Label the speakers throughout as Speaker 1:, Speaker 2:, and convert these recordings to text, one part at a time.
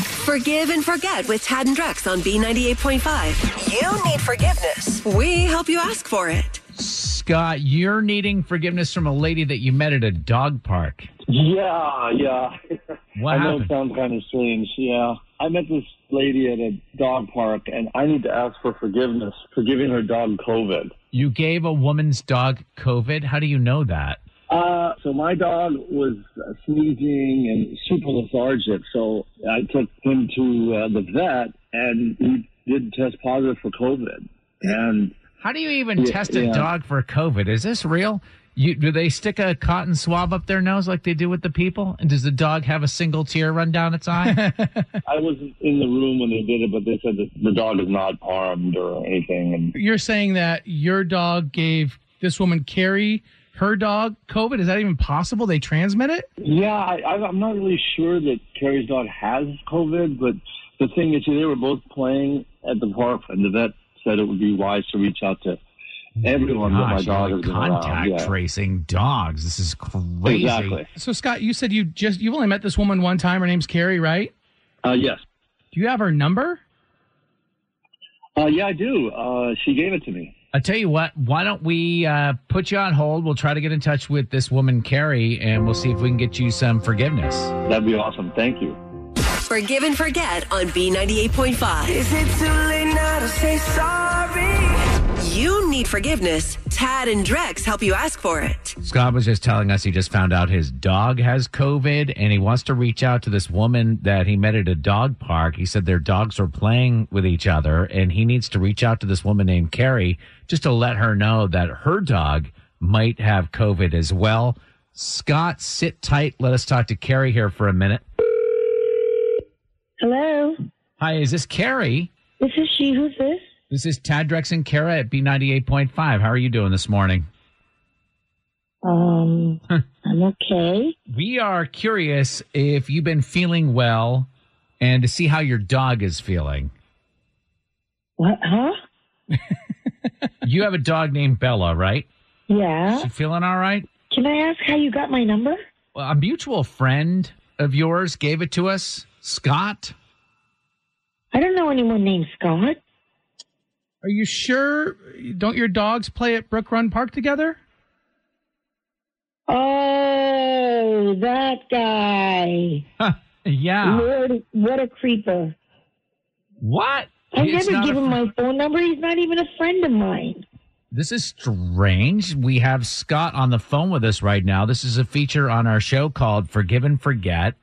Speaker 1: Forgive and forget with Tad and Drex on B98.5. You need forgiveness. We help you ask for it.
Speaker 2: Scott, you're needing forgiveness from a lady that you met at a dog park.
Speaker 3: Yeah, yeah.
Speaker 2: What
Speaker 3: I know
Speaker 2: happened?
Speaker 3: it sounds kind of strange. Yeah, I met this lady at a dog park, and I need to ask for forgiveness for giving her dog COVID.
Speaker 2: You gave a woman's dog COVID. How do you know that?
Speaker 3: Uh, so my dog was uh, sneezing and super lethargic, so I took him to uh, the vet, and he did test positive for COVID. And
Speaker 2: How do you even
Speaker 3: Yeah,
Speaker 2: test a
Speaker 3: yeah.
Speaker 2: dog for COVID? Is this real? You, do they stick a cotton swab up their nose like they do with the people? And does the dog have a single tear run down its eye?
Speaker 3: I wasn't in the room when they did it, but they said that the dog is not harmed or anything. And
Speaker 4: You're saying that your dog gave this woman Carrie her dog COVID? Is that even possible? They transmit it?
Speaker 3: Yeah, I, I- I'm not really sure that Carrie's dog has COVID, but the thing is, they were both playing at the park, and the vet said it would be wise to reach out to everyone that my
Speaker 2: Gosh,
Speaker 3: dog
Speaker 2: you're
Speaker 3: has
Speaker 2: like
Speaker 3: been
Speaker 2: contact
Speaker 3: around. Yeah.
Speaker 2: tracing dogs. This is crazy.
Speaker 3: Exactly.
Speaker 4: So Scott, you said you just you've only met this woman one time. Her name's Carrie, right?
Speaker 3: Uh, yes.
Speaker 4: Do you have her number?
Speaker 3: Uh, yeah, I do. Uh, she gave it to me.
Speaker 2: I tell you what, why don't we uh, put you on hold? We'll try to get in touch with this woman, Carrie, and we'll see if we can get you some forgiveness.
Speaker 3: That'd be awesome. Thank you.
Speaker 1: Forgive and forget on B98.5.
Speaker 5: Is it too late now to say sorry?
Speaker 1: You need forgiveness. Tad and Drex help you ask for it.
Speaker 2: Scott was just telling us he just found out his dog has COVID and he wants to reach out to this woman that he met at a dog park. He said their dogs were playing with each other and he needs to reach out to this woman named Carrie just to let her know that her dog might have COVID as well. Scott, sit tight. Let us talk to Carrie here for a minute.
Speaker 6: Hello,
Speaker 2: Hi, is this Carrie?
Speaker 6: this is she. Who's this?
Speaker 2: This is Tad Drex and Kara at B98.5. How are you doing this morning?
Speaker 6: Um, I'm okay.
Speaker 2: We are curious if you've been feeling well and to see how your dog is feeling.
Speaker 6: What? Huh?
Speaker 2: You have a dog named Bella, right?
Speaker 6: Yeah.
Speaker 2: She feeling all right?
Speaker 6: Can I ask how you got my number?
Speaker 2: Well, a mutual friend of yours gave it to us, Scott.
Speaker 6: I don't know anyone named Scott.
Speaker 4: Are you sure? Don't your dogs play at Brook Run Park together?
Speaker 6: Oh, that guy.
Speaker 2: yeah.
Speaker 6: Lord, what a creeper.
Speaker 2: What?
Speaker 6: I
Speaker 2: It's
Speaker 6: never
Speaker 2: not
Speaker 6: give
Speaker 2: a
Speaker 6: him
Speaker 2: fr-
Speaker 6: my phone number. He's not even a friend of mine.
Speaker 2: This is strange. We have Scott on the phone with us right now. This is a feature on our show called Forgive and Forget.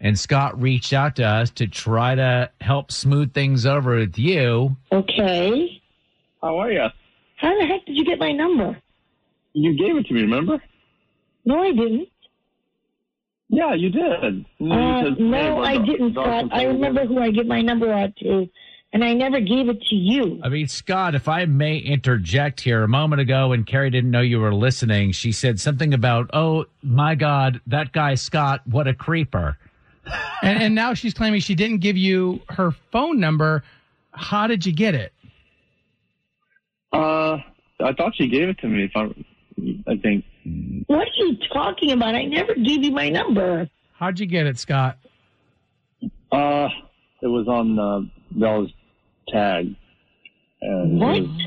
Speaker 2: And Scott reached out to us to try to help smooth things over with you.
Speaker 6: Okay.
Speaker 3: How are you?
Speaker 6: How the heck did you get my number?
Speaker 3: You gave it to me, remember?
Speaker 6: No, I didn't.
Speaker 3: Yeah, you did. You
Speaker 6: Uh,
Speaker 3: said, "Hey,
Speaker 6: no,
Speaker 3: my
Speaker 6: I
Speaker 3: dog-
Speaker 6: didn't,
Speaker 3: dog
Speaker 6: Scott.
Speaker 3: can
Speaker 6: I
Speaker 3: play
Speaker 6: remember
Speaker 3: with
Speaker 6: who I give my number out to, and I never gave it to you.
Speaker 2: I mean, Scott, if I may interject here, a moment ago when Carrie didn't know you were listening, she said something about, oh my God, that guy Scott, what a creeper.
Speaker 4: And, and now she's claiming she didn't give you her phone number. How did you get it?
Speaker 3: it." Uh, I thought she gave it to me. If I, I think.
Speaker 6: What are you talking about? I never gave you my number.
Speaker 4: How'd you get it, Scott?
Speaker 3: Uh, it was on uh, Bella's tag. And it
Speaker 6: What?
Speaker 2: Hmm.
Speaker 3: was-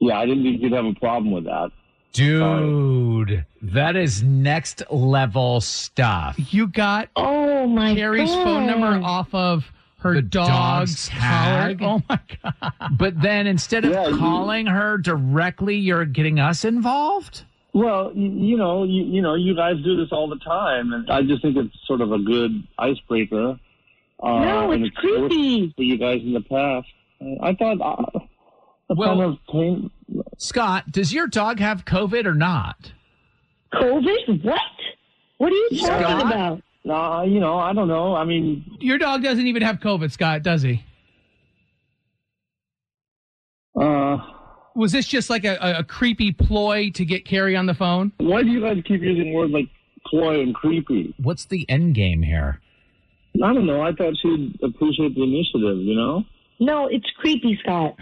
Speaker 3: yeah, I didn't think you'd have a problem with that.
Speaker 2: Dude, that is next level stuff.
Speaker 4: You got
Speaker 6: Oh my
Speaker 4: Carrie's
Speaker 6: God.
Speaker 4: phone number off of her
Speaker 2: The
Speaker 4: dog's,
Speaker 2: dog's
Speaker 4: collar.
Speaker 2: tag?
Speaker 4: Oh my God.
Speaker 2: But then instead of
Speaker 3: Yeah, you-
Speaker 2: calling her directly, you're getting us involved?
Speaker 3: Well, you, you know, you, you know, you guys do this all the time, and I just think it's sort of a good icebreaker. Uh,
Speaker 6: No,
Speaker 3: and
Speaker 6: it's
Speaker 3: worked
Speaker 6: creepy.
Speaker 3: for you guys in the past. I- I thought. Uh, I
Speaker 2: Well-
Speaker 3: kind of pain.
Speaker 2: Scott, does your dog have COVID or not?
Speaker 6: COVID? What? What are you talking
Speaker 2: Scott?
Speaker 6: about?
Speaker 3: Nah, you know, I don't know. I mean,
Speaker 4: Your dog doesn't even have COVID, Scott, does he?
Speaker 3: uh,
Speaker 4: Was this just like a, a, a creepy ploy to get Carrie on the phone?
Speaker 3: why do you guys keep using words like coy and creepy?
Speaker 2: What's the end game here?
Speaker 3: I don't know. I thought she'd appreciate the initiative, you know?
Speaker 6: No, it's creepy, Scott.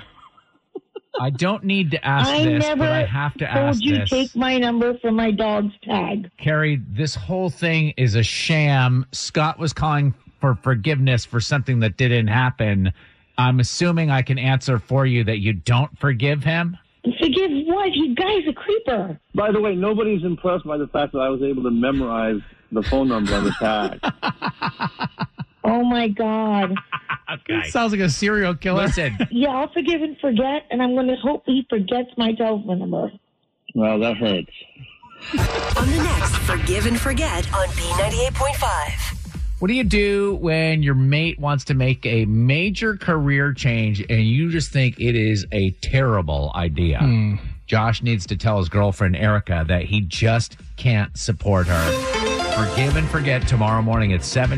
Speaker 2: I don't need to ask
Speaker 6: I
Speaker 2: this,
Speaker 6: never
Speaker 2: but I have to
Speaker 6: told
Speaker 2: ask
Speaker 6: you
Speaker 2: this.
Speaker 6: take my number for my dog's tag.
Speaker 2: Carrie, this whole thing is a sham. Scott was calling for forgiveness for something that didn't happen. I'm assuming I can answer for you that you don't forgive him.
Speaker 6: Forgive what? You guy's a creeper.
Speaker 3: By the way, nobody's impressed by the fact that I was able to memorize the phone number on the tag.
Speaker 6: Oh my god.
Speaker 2: Okay.
Speaker 4: Sounds like a serial killer.
Speaker 2: Listen,
Speaker 6: Yeah, I'll forgive and forget, and I'm gonna hope he forgets my telephone number.
Speaker 3: well, that hurts.
Speaker 1: On the next Forgive and Forget on B98.5.
Speaker 2: what do you do when your mate wants to make a major career change and you just think it is a terrible idea?
Speaker 4: Hmm.
Speaker 2: Josh needs to tell his girlfriend, Erica, that he just can't support her. Forgive and forget tomorrow morning at 7.